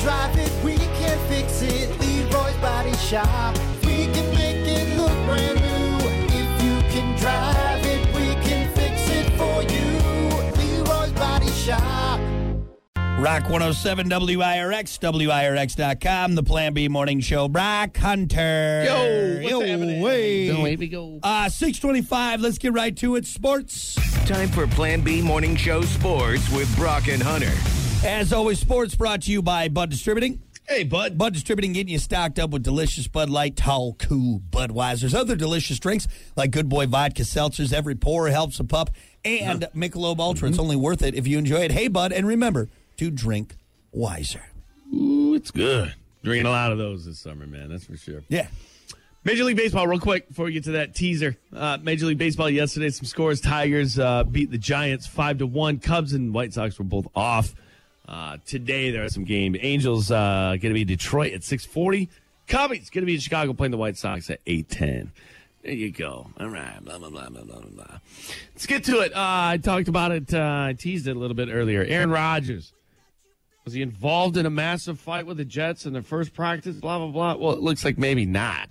drive it, we can fix it. Leroy's Body Shop. We can make it look brand new. If you can drive it, we can fix it for you. Leroy's Body Shop. Rock 107 WIRX, WIRX.com, the Plan B Morning Show. Brock Hunter. Yo, what's happening? Way. Away we go. Uh, 625, let's get right to it. Sports. Time for Plan B Morning Show Sports with Brock and Hunter. As always, sports brought to you by Bud Distributing. Hey, bud. Bud Distributing getting you stocked up with delicious Bud Light, Tall, Cool, Budweiser's, other delicious drinks like Good Boy Vodka Seltzers. Every pour helps a pup, and Michelob Ultra. Mm-hmm. It's only worth it if you enjoy it. Hey, Bud, and remember to drink wiser. Ooh, it's good. Drinking a lot of those this summer, man. That's for sure. Yeah. Major League Baseball, real quick before we get to that teaser. Uh, Major League Baseball yesterday, some scores. Tigers uh, beat the Giants five to one. Cubs and White Sox were both off. Uh, today there are some games. Angels uh, going to be Detroit at six forty. Cubbies going to be in Chicago playing the White Sox at eight ten. There you go. All right. Blah blah blah blah blah blah. blah. Let's get to it. Uh, I talked about it. Uh, I teased it a little bit earlier. Aaron Rodgers was he involved in a massive fight with the Jets in their first practice? Blah blah blah. Well, it looks like maybe not.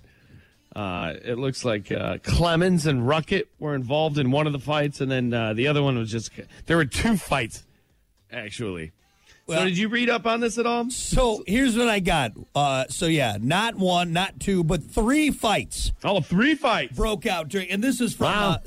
Uh, it looks like uh, Clemens and Ruckett were involved in one of the fights, and then uh, the other one was just there were two fights actually. Well- so did you read up on this at all? So here's what I got. Uh, so yeah, not one, not two, but three fights Oh, three fights. broke out during, and this is from Wow. uh,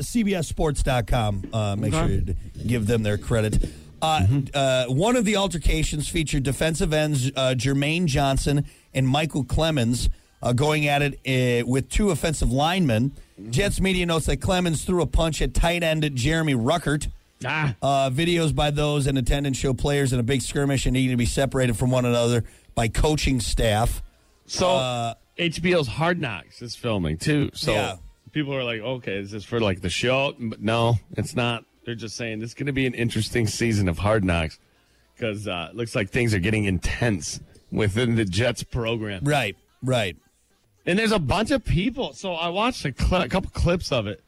CBSSports.com. Uh, make Okay. Mm-hmm. sure you d- give them their credit. Uh, uh, one of the altercations featured defensive ends uh, Jermaine Johnson and Michael Clemens uh, going at it uh, with two offensive linemen. Mm-hmm. Jets media notes that Clemens threw a punch at tight end Jeremy Ruckert. Ah, Uh, videos by those in attendance show players in a big skirmish and needing to be separated from one another by coaching staff. so HBO's Hard Knocks is filming too. So Yeah. people are like, okay, is this for like the show? But no, it's not. They're just saying this is going to be an interesting season of Hard Knocks because uh, it looks like things are getting intense within the Jets program. Right, right. And there's a bunch of people. So I watched a, cl- a couple clips of it,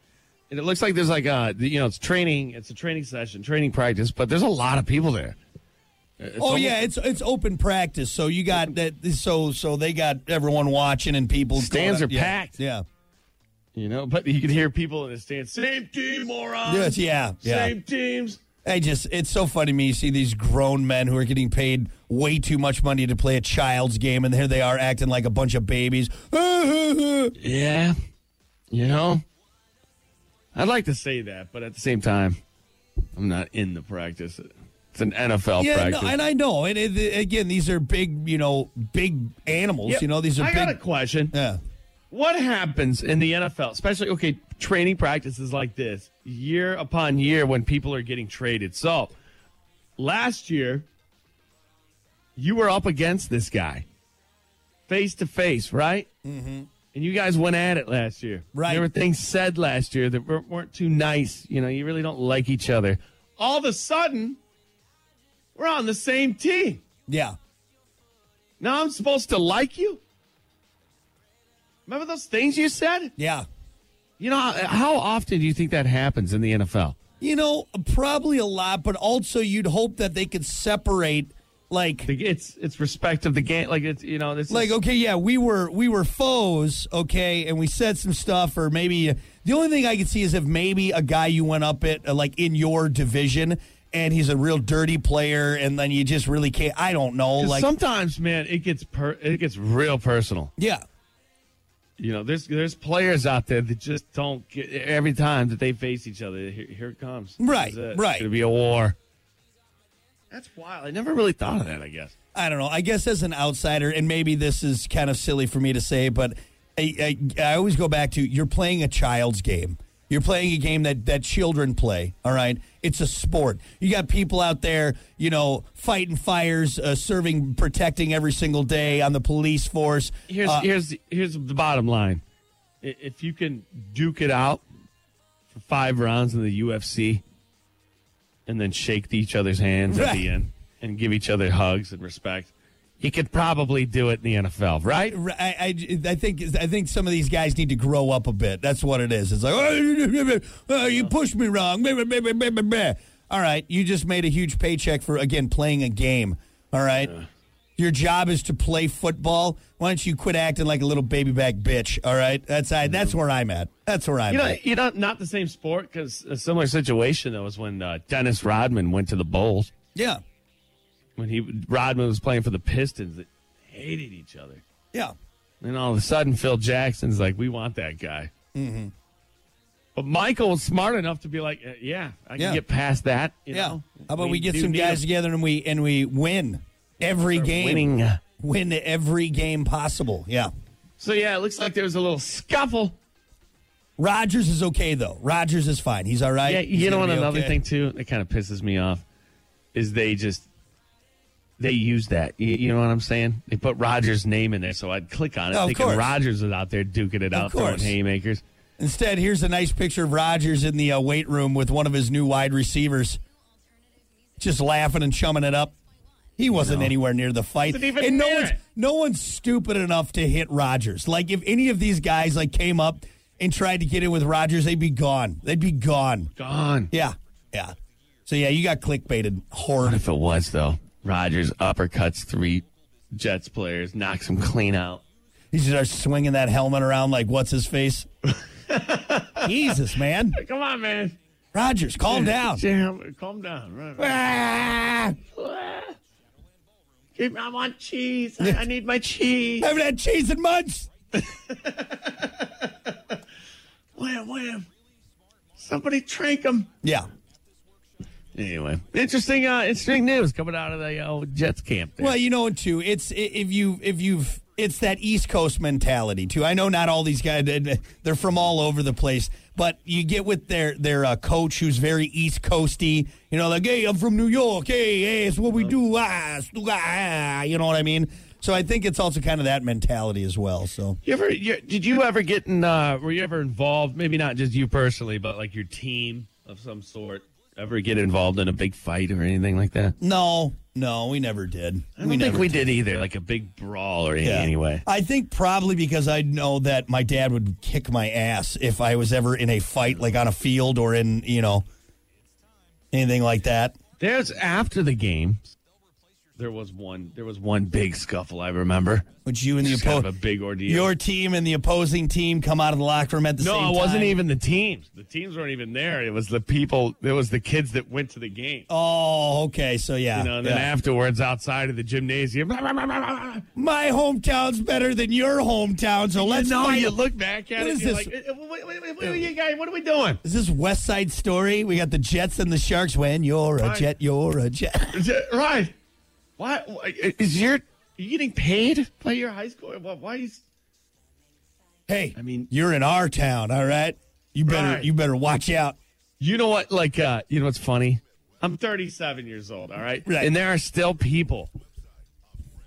and it looks like there's like a you know it's training, it's a training session, training practice, but there's a lot of people there. Uh, It's oh almost- yeah, it's it's open practice, so you got that. So so they got everyone watching and people Stands going up- are yeah, packed. Yeah, you know, but you can hear people in the stands, same team, morons, Yes, yeah, yeah. same teams. I just it's so funny to me. You see these grown men who are getting paid way too much money to play a child's game, and here they are acting like a bunch of babies. Yeah, you know, I'd like to say that, but at the same time, I'm not in the practice. It's an NFL Yeah, no, practice. and I know. And it, again, these are big, you know, big animals. Yep. You know, these are I big. got a question. yeah. What happens in the NFL, especially okay, training practices like this, year upon year when people are getting traded. So, last year you were up against this guy face to face, right? Mm-hmm. And you guys went at it last year. Right. There were things said last year that weren't, weren't too nice. You know, you really don't like each other. All of a sudden, we're on the same team. Yeah. Now I'm supposed to like you? Remember those things you said? Yeah. You know, how often do you think that happens in the NFL? You know, probably a lot, but also you'd hope that they could separate like It's it's respect of the game. Like it's you know, this like is, okay, yeah, we were we were foes, okay, and we said some stuff or maybe the only thing I could see is if maybe a guy you went up at uh, like in your division and he's a real dirty player and then you just really can't I don't know, 'cause like sometimes, man, it gets per, it gets real personal. yeah. You know, there's there's players out there that just don't get every time that they face each other. Here, here it comes. This Right, is it. right. It's gonna be a war. That's wild. I never really thought of that. I guess. I don't know. I guess as an outsider, and maybe this is kind of silly for me to say, but I, I, I always go back to you're playing a child's game. You're playing a game that, that children play, all right? It's a sport. You got people out there, you know, fighting fires, uh, serving, protecting every single day on the police force. here's Uh, here's here's the bottom line. I- If you can duke it out for five rounds in the UFC, and then shake each other's hands at Right. the end and give each other hugs and respect, you could probably do it in the NFL, right? I, I, I think I think some of these guys need to grow up a bit. That's what it is. It's like oh, oh, you pushed me wrong. Blah, blah, blah, blah, blah, blah, blah. All right, you just made a huge paycheck for again playing a game. All right, Your job is to play football. Why don't you quit acting like a little baby back bitch? All right, that's I, that's where I'm at. That's where I'm You know, at. you know, not the same sport because a similar situation though was when uh, Dennis Rodman went to the Bulls Yeah, when he Rodman was playing for the Pistons. They hated each other, yeah. and all of a sudden Phil Jackson's like, "We want that guy." Mm-hmm. But Michael was smart enough to be like, "Uh, "Yeah, I can Yeah. get past that." You Yeah. Know? How about we, We get do some need guys a- together and we and we win every Start game. winning. Win every game possible. Yeah. So yeah, it looks like there was a little scuffle. Rogers is okay though. Rogers is fine. He's all right. Yeah, He's you know gonna what? be Another okay. thing too that kind of pisses me off is they just they use that. You, you know what I'm saying? They put Rogers' name in there, so I'd click on it, Oh, of thinking course. Rogers was out there duking it out, throwing course. haymakers. Instead, here's a nice picture of Rogers in the uh, weight room with one of his new wide receivers, just laughing and chumming it up. He wasn't anywhere near the fight, Wasn't even and no near one's it. no one's stupid enough to hit Rogers. Like if any of these guys like came up and tried to get in with Rogers, they'd be gone. They'd be gone. Gone. Yeah, yeah. So yeah, you got clickbaited, What horrid. if it was though? Rogers uppercuts three Jets players, knocks them clean out. He starts swinging that helmet around like what's his face. Jesus, man, Come on, man. Rogers, calm down. Jam- calm down. Right, right. Ah, Keep- I want cheese. I, I need my cheese. haven't had cheese in months. Wham, wham. Somebody trank him. Yeah. Anyway, interesting, uh, interesting news coming out of the uh, Jets camp. There. Well, you know it too. It's i- if you if you've it's that East Coast mentality too. I know not all these guys they- they're from all over the place, but you get with their their uh, coach who's very East Coasty. You know, like hey, I'm from New York. Hey, hey, it's what we do. Ah, stu- ah, you know what I mean. So I think it's also kind of that mentality as well. So You ever? You, did you ever get in? Uh, were you ever involved? Maybe not just you personally, but like your team of some sort. Ever get involved in a big fight or anything like that? no, no, we never did. I don't we think never we did either. Like a big brawl or anything. Yeah. Anyway, I think probably because I know that my dad would kick my ass if I was ever in a fight, like on a field or in, you know, anything like that. there's after the game. There was one. There was one big scuffle. I remember. Which you and the It's kind of a opposing, big ordeal. your team and the opposing team come out of the locker room at the no, same time. it wasn't even the teams. The teams weren't even there. It was the people. It was the kids that went to the game. Oh, okay. So yeah, you know, and then yeah. afterwards outside of the gymnasium. Blah, blah, blah, blah, blah. my hometown's better than your hometown, so let's no, fight. you look back at What it. is you're this? Like, "Eh, eh, wait, wait, wait, wait, you guys, what are we doing? Is this West Side Story? We got the Jets and the Sharks. When you're a Right. Jet, you're a Jet. Is it- right? Why why- is your are you getting paid by your high school? Why? why is, Hey, I mean- you're in our town, all right. You better, Right. you better watch out. you know what? Like, uh, you know what's funny? I'm 37 years old. All right, Right. and there are still people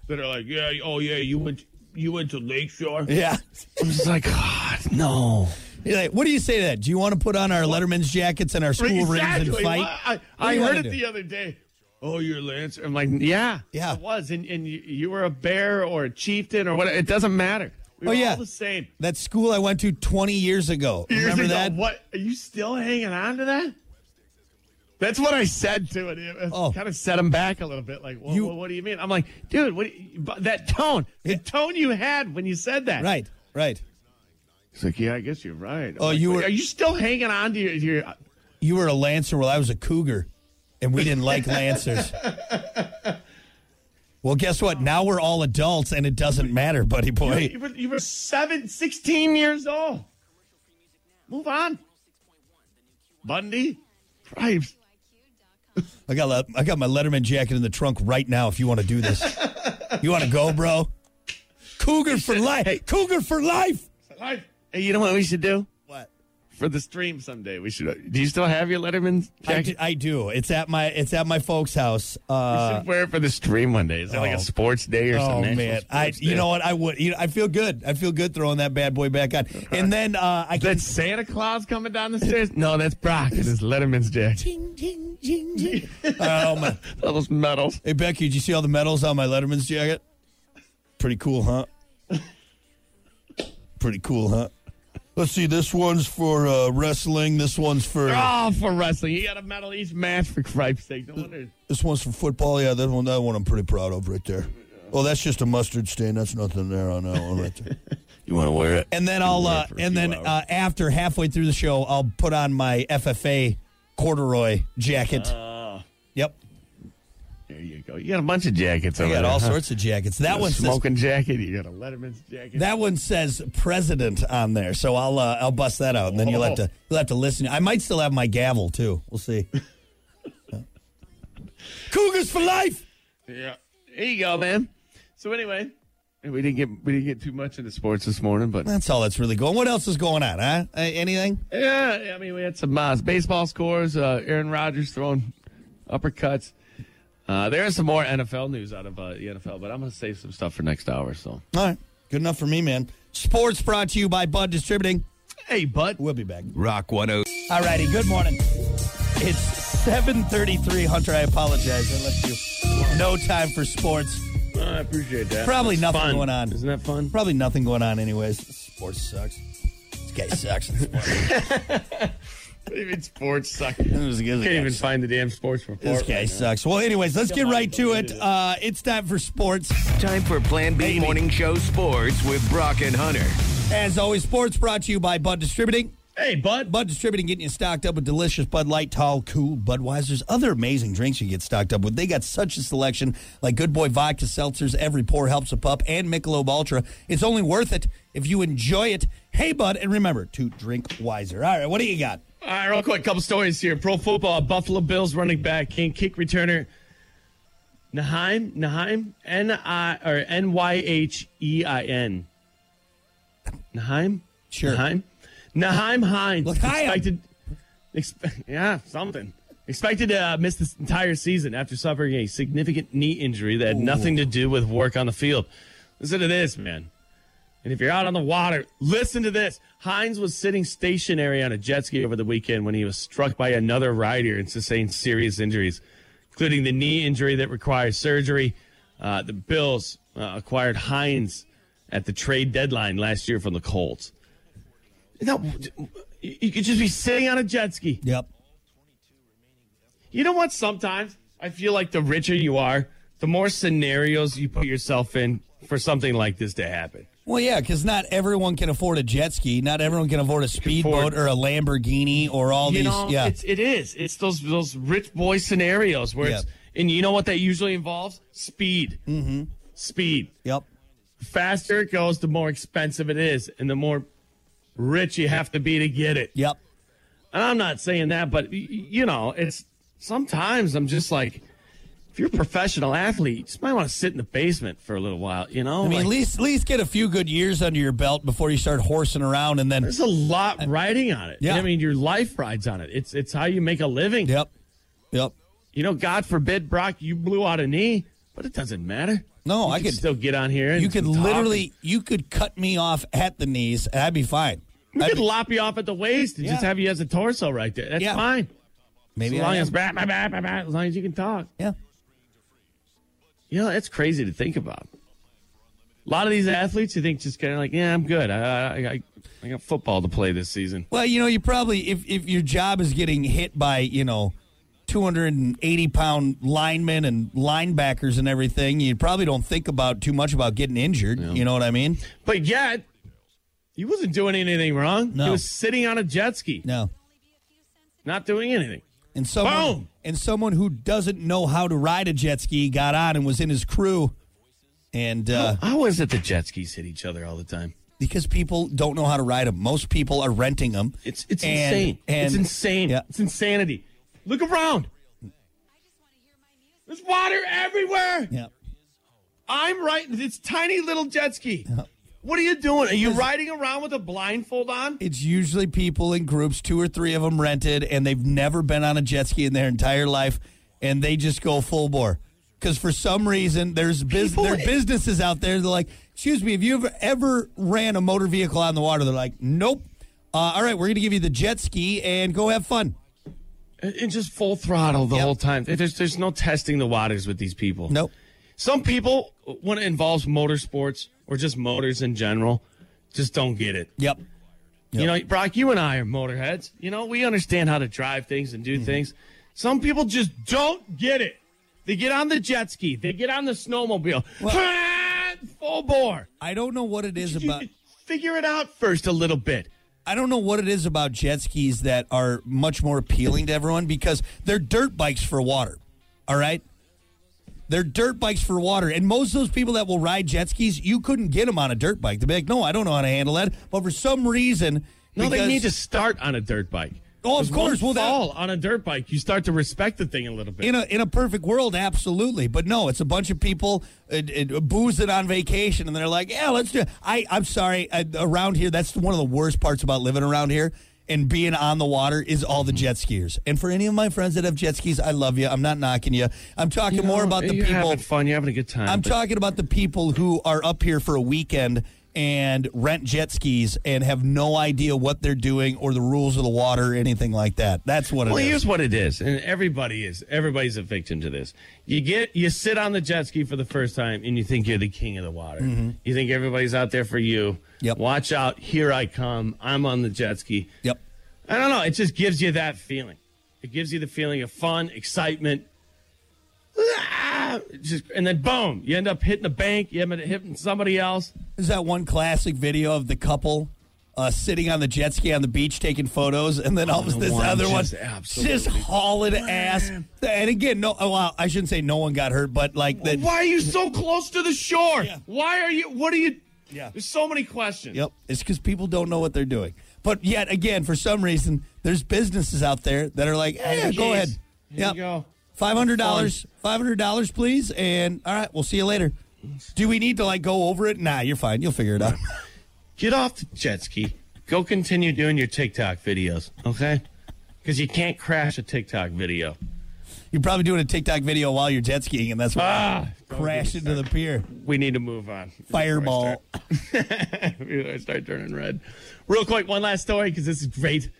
that are like, yeah, oh yeah, you went you went to Lakeshore. Yeah. I'm just like, God, no. You're like, what do you say to that? Do you want to put on our Letterman's jackets and our school rings and Exactly. fight? Why- I, do I you heard wanna it do? the other day. Oh, you're Lancer. I'm like, yeah, Yeah. I was, and and you, you were a bear or a chieftain or what? It doesn't matter. We Oh, were yeah. all the same. That school I went to 20 years ago. Years Remember ago, that? What are you still hanging on to that? That's what I said to it. It, Oh. kind of set him back a little bit. Like, well, You- well, what do you mean? I'm like, dude, what? do you- but that tone, the tone you had when you said that. Right, right. He's like, yeah, I guess you're right. I'm Oh, like, you wait, were- Are you still hanging on to your? your You were a Lancer while I was a Cougar, and we didn't like Lancers. Well, guess what? Now we're all adults, and it doesn't matter, buddy boy. You were, you were seven, 16 years old. Move on. Bundy? Cripes. I got la- I got my Letterman jacket in the trunk right now. If you want to do this, you want to go, bro? Cougar for life. Hey. Cougar for life. Hey, you know what we should do? What? For the stream someday, we should. uh, Do you still have your Letterman I do, jacket? I do. It's at my it's at my folks' house. Uh, we should wear it for the stream one day. Is that like Oh. a sports day or oh something? man, I you know what I would you know, I feel good. I feel good throwing that bad boy back on. And then uh, I can That's Santa Claus coming down the stairs? No, that's Brock. It is Letterman's jacket. ding ding ding ding. oh my! All those medals. Hey Becky, did you see all the medals on my Letterman's jacket? Pretty cool, huh? Pretty cool, huh? Let's see. This one's for uh, wrestling. This one's for. They're all Oh, for wrestling. You got a medal each match for Cripes' sake. No wonder. This one's for football. Yeah, that one. That one I'm pretty proud of right there. Well, that's just a mustard stain. That's nothing there on that one right there. You want to wear it? And then I'll uh, for a and few then hours. uh, after halfway through the show, I'll put on my FFA corduroy jacket. Uh. yep, There you go. You got a bunch of jackets. I over got there, all huh? sorts of jackets. That A one says smoking jacket. You got a Letterman's jacket. that one says president on there, so I'll uh, I'll bust that out, and then you'll have to you'll have to listen. I might still have my gavel too. We'll see. Cougars for life. yeah. There you go, man. So anyway, we didn't get we didn't get too much into sports this morning, but That's all that's really going. What else is going on? Huh? Uh, anything? Yeah, I mean, we had some uh, baseball scores. Uh, Aaron Rodgers throwing uppercuts. Uh, there is some more NFL news out of uh, the NFL, but I'm going to save some stuff for next hour. So, All right, good enough for me, man. Sports brought to you by Bud Distributing. hey, bud. We'll be back. Rock 10. All righty, good morning. It's 7.33, Hunter. I apologize. I left you no time for sports. I appreciate that. Probably nothing going on. Isn't that fun? Probably nothing going on anyways. Sports sucks. This guy sucks. this even sports suck. Can't even find the damn sports report. guy sucks. Well, anyways, let's get right to it. Uh, it's time for sports. Time for Plan B Maybe. Morning Show Sports with Brock and Hunter. As always, sports brought to you by Bud Distributing. Hey, bud. Bud Distributing getting you stocked up with delicious Bud Light, Tall, Cool, Budweiser's, other amazing drinks you get stocked up with. They got such a selection like Good Boy Vodka Seltzers, Every Pour Helps a Pup, and Michelob Ultra. It's only worth it if you enjoy it. Hey, Bud, and remember to drink wiser. All right, what do you got? All right, real quick, couple stories here. Pro football, Buffalo Bills running back and kick returner Naheim, Naheim, N I or N Y H E I N. Naheim, Sure. Naheim, Naheim Hines. Look, Haim. expected, expe- yeah, something expected to uh, miss this entire season after suffering a significant knee injury that had nothing to do with work on the field. Listen to this, man. And if you're out on the water, listen to this. Hines was sitting stationary on a jet ski over the weekend when he was struck by another rider and sustained serious injuries, including the knee injury that requires surgery. Uh, the Bills uh, acquired Hines at the trade deadline last year from the Colts. No, you you could just be sitting on a jet ski. Yep. You know what? Sometimes I feel like the richer you are, the more scenarios you put yourself in for something like this to happen. Well, yeah, because not everyone can afford a jet ski. Not everyone can afford a speedboat afford- or a Lamborghini or all you these. know, yeah. it's, it is. It's those those rich boy scenarios where it's, Yeah. and you know what that usually involves? Speed. Mm-hmm. Speed. Yep. The faster it goes, the more expensive it is, and the more rich you have to be to get it. Yep. And I'm not saying that, but y- y- you know, it's sometimes I'm just like, if you're a professional athlete, you just might want to sit in the basement for a little while. You know, I mean, Like, at least, at least get a few good years under your belt before you start horsing around and then. there's a lot riding on it. Yeah. I mean, your life rides on it. It's it's how you make a living. Yep. Yep. You know, God forbid, Brock, you blew out a knee, but it doesn't matter. No, You I can could still get on here. And You could talk. literally, you could cut me off at the knees, and I'd be fine. we I'd could be- lop you off at the waist and just Yeah. have you as a torso right there. That's Yeah. fine. As maybe I long am. as bah, bah, bah, bah, bah, as long as you can talk. yeah, You know, that's crazy to think about. A lot of these athletes, you think just kind of like, yeah, I'm good. I, I, I, I got football to play this season. well, you know, you probably if if your job is getting hit by you know. 280 pound linemen and linebackers and everything. You probably don't think about too much about getting injured. You know what I mean? But yet, he wasn't doing anything wrong. No. He was sitting on a jet ski, No. not doing anything. And someone Boom! and someone who doesn't know how to ride a jet ski got on and was in his crew, and uh, How is it the jet skis hit each other all the time? because people don't know how to ride them, most people are renting them. It's it's And- insane. and- it's insane. Yeah. It's insanity. Look around. There's water everywhere. Yeah. I'm right. It's tiny little jet ski. What are you doing? Are you riding around with a blindfold on? It's usually people in groups, two or three of them rented, and they've never been on a jet ski in their entire life, and they just go full bore. Because for some reason, there's bus- People- there are businesses out there. They're like, "Excuse me, have you ever ever ran a motor vehicle on the water?" They're like, "Nope." Uh, all right, we're going to give you the jet ski and go have fun. And and just full throttle the Yep. whole time. There's there's no testing the waters with these people. Nope. Some people, when it involves motorsports or just motors in general, just don't get it. Yep. You know, Brock, you and I are motorheads. Mm-hmm. You know, we understand how to drive things and do things. Some people just don't get it. They get on the jet ski. They get on the snowmobile. Full bore. I don't know what it is about. Figure it out first a little bit. I don't know what it is about jet skis that are much more appealing to everyone because they're dirt bikes for water. All right? They're dirt bikes for water. And most of those people that will ride jet skis, you couldn't get them on a dirt bike. They'd be like, no, I don't know how to handle that. But for some reason, No, they because- need to start on a dirt bike. Oh, of Because course. Well, One that- fall on a dirt bike, you start to respect the thing a little bit. In a, in a perfect world, absolutely. But no, it's a bunch of people uh, uh, boozing on vacation, and they're like, yeah, let's do it. I, I'm sorry, I, around here, that's one of the worst parts about living around here and being on the water is all the jet skiers. And for any of my friends that have jet skis, I love you. I'm not knocking you. I'm talking more about the you're people. having fun. You're having a good time. I'm but- talking about the people who are up here for a weekend and rent jet skis and have no idea what they're doing or the rules of the water or anything like that. That's what it is. Well, here's what it is, and everybody is everybody's a victim to this. You get you sit on the jet ski for the first time, and you think you're the king of the water. You think everybody's out there for you. Yep. Watch out! Here I come! I'm on the jet ski. Yep. I don't know. It just gives you that feeling. It gives you the feeling of fun, excitement. Ah! Just, and then boom, you end up hitting a bank. You end up hitting somebody else. There's that one classic video of the couple uh, sitting on the jet ski on the beach taking photos, and then all of the this one other one just absolutely- just hauling ass. And again, no, oh, wow, I shouldn't say no one got hurt, but like that. Why are you so close to the shore? Yeah. Why are you? What are you? Yeah. There's so many questions. Yep, it's because people don't know what they're doing. But yet again, for some reason, there's businesses out there that are like, "Hey, Hey, go geez. ahead, Here you go. five hundred dollars, five hundred dollars, please." And all right, we'll see you later. Do we need to like go over it? Nah, you're fine. You'll figure it out. get off the jet ski. Go continue doing your TikTok videos, okay? Because you can't crash a TikTok video. you're probably doing a TikTok video while you're jet skiing, and that's what Ah, crashed into the pier. we need to move on. Fireball. Before I start turning red. Real quick, one last story because this is great.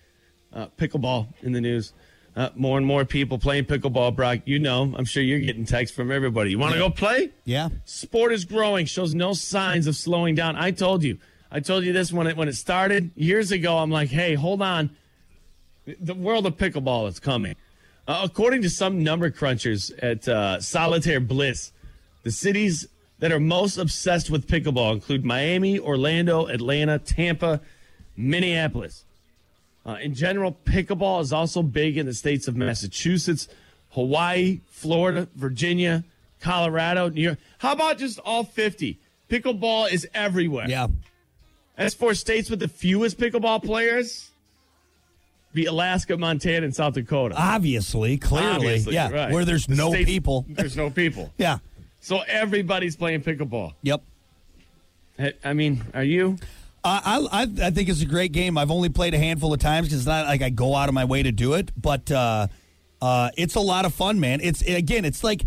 Uh, pickleball in the news. Uh, more and more people playing pickleball, Brock. You know, I'm sure you're getting texts from everybody. You want to go play? Yeah. Sport is growing, shows no signs of slowing down. I told you. I told you this when it when it started years ago. I'm like, hey, hold on. The world of pickleball is coming. Uh, according to some number crunchers at uh, Solitaire Bliss, the cities that are most obsessed with pickleball include Miami, Orlando, Atlanta, Tampa, Minneapolis. Uh, in general, pickleball is also big in the states of Massachusetts, Hawaii, Florida, Virginia, Colorado, New York. How about just all 50? Pickleball is everywhere. Yeah. As for states with the fewest pickleball players, be Alaska, Montana, and South Dakota. Obviously, Ah, clearly. Obviously, yeah. right. Where there's The no states- people. There's no people. Yeah. So everybody's playing pickleball. Yep. I- I mean, are you? I, I I- I think it's a great game. I've only played a handful of times because it's not like I go out of my way to do it, but uh, uh, it's a lot of fun, man. It's again, it's like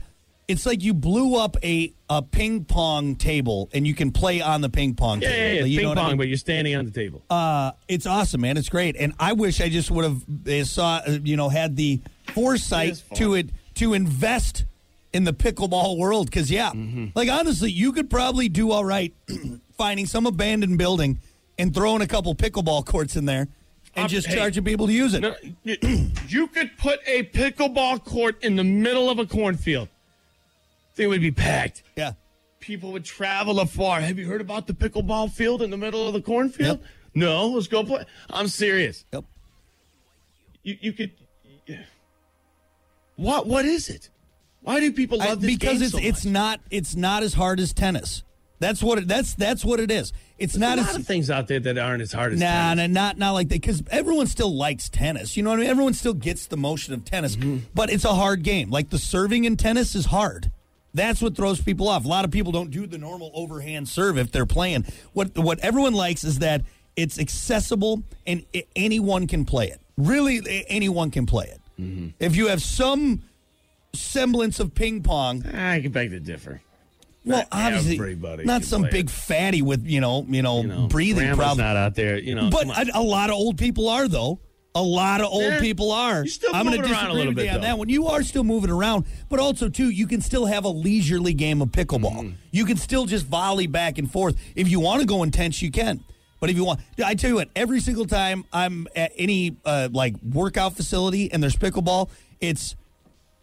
it's like you blew up a, a ping pong table and you can play on the ping pong Yeah, table. yeah, yeah. You know ping what I pong, mean? Uh, but you're standing on the table. It's awesome, man. It's great, and I wish I just would have uh, saw uh, you know had the It is foresight fun. to it to invest in the pickleball world. Because yeah, Mm-hmm. like honestly, you could probably do all right finding some abandoned building and throwing a couple pickleball courts in there and Um, just hey. charging people to use it. No, you, you could put a pickleball court in the middle of a cornfield. They would be packed. Yeah, People would travel afar. Have you heard about the pickleball field in the middle of the cornfield? Yep. No, let's go play. I'm serious. yep. You, you could. What what is it? Why do people I- love this because game it's so it's much? not it's not as hard as tennis. That's what it, that's that's what it is. It's not There's a as lot of things out there that aren't as hard as Nah, tennis. nah, not not like that. Because everyone still likes tennis. You know what I mean? Everyone still gets the motion of tennis, Mm-hmm. but it's a hard game. Like the serving in tennis is hard. That's what throws people off. A lot of people don't do the normal overhand serve if they're playing. What what everyone likes is that it's accessible and i- anyone can play it. Really, a- anyone can play it. Mm-hmm. If you have some semblance of ping pong, Ah, I can beg to differ. well, Not obviously, everybody not can some play big it. fatty with you know you know, You know, breathing grandma's problems. not out there. You know, But come on. a, a lot of old people are though. A lot of old Yeah. people are. You're still I'm gonna moving around a disagree little with you bit, on though. that one. You are still moving around, but also too, you can still have a leisurely game of pickleball. Mm. You can still just volley back and forth. If you want to go intense, you can. But if you want, I tell you what, every single time I'm at any uh, like workout facility and there's pickleball, it's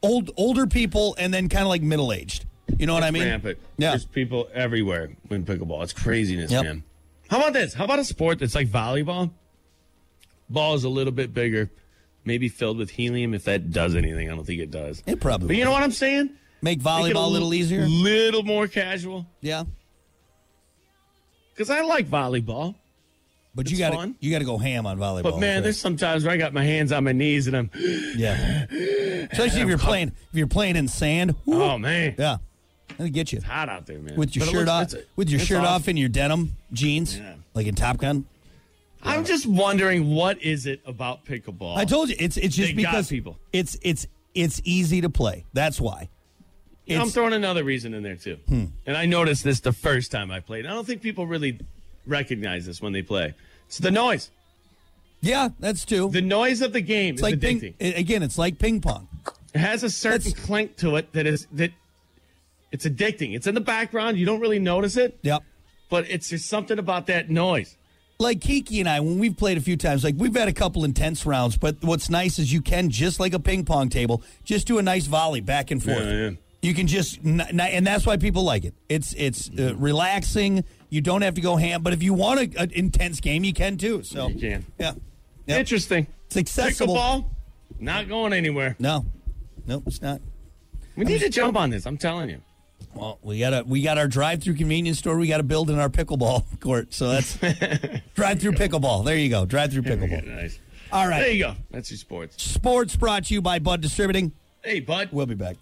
old older people and then kind of like middle aged. You know what I mean? rampant. Yeah. There's people everywhere in pickleball. It's craziness, Yep. man. How about this? How about a sport that's like volleyball? Ball is a little bit bigger, maybe filled with helium. If that does anything, I don't think it does. It probably But you know what I'm saying? Make Make it volleyball a little easier. little more casual. Yeah. Because I like volleyball, But you It's got to fun. you got to go ham on volleyball. but man, there's that's some times where I got my hands on my knees and I'm, right. yeah. Especially if you're playing if you're playing in sand. Woo. oh man, Yeah. That'll get you. hot out there, man. With your But it shirt looks- off, it's- with your it's shirt awesome. off and your denim jeans, Yeah. like in Top Gun. I'm just wondering what is it about pickleball? I told you it's it's just They got because people. it's it's it's easy to play. That's why. And It's- I'm Hmm. throwing another reason in there too. And I noticed this the first time I played. I don't think people really recognize this when they play. It's the noise. Yeah, that's too. The noise of the game it's is like addicting. ping, again, it's like ping pong. It has a certain That's- clink to it that is that it's addicting. It's in the background. You don't really notice it, Yep. but it's just something about that noise. like Kiki and I, when we've played a few times, like we've had a couple intense rounds, but what's nice is you can, just like a ping pong table, just do a nice volley back and forth. Yeah, yeah. You can just, n- n- and that's why people like it. It's it's uh, relaxing. You don't have to go ham, but if you want an intense game, you can too. So You can. yeah, Yep. Interesting. it's accessible. Pickleball, not going anywhere. No, no, it's not. We need to jump on this. I'm telling you. Well, we got a we got our drive through convenience store. We got to build in our pickleball court. So that's drive through pickleball. There you go. Drive through pickleball. Nice. All There right. you go. That's your sports. Sports brought to you by Bud Distributing. Hey, bud. We'll be back.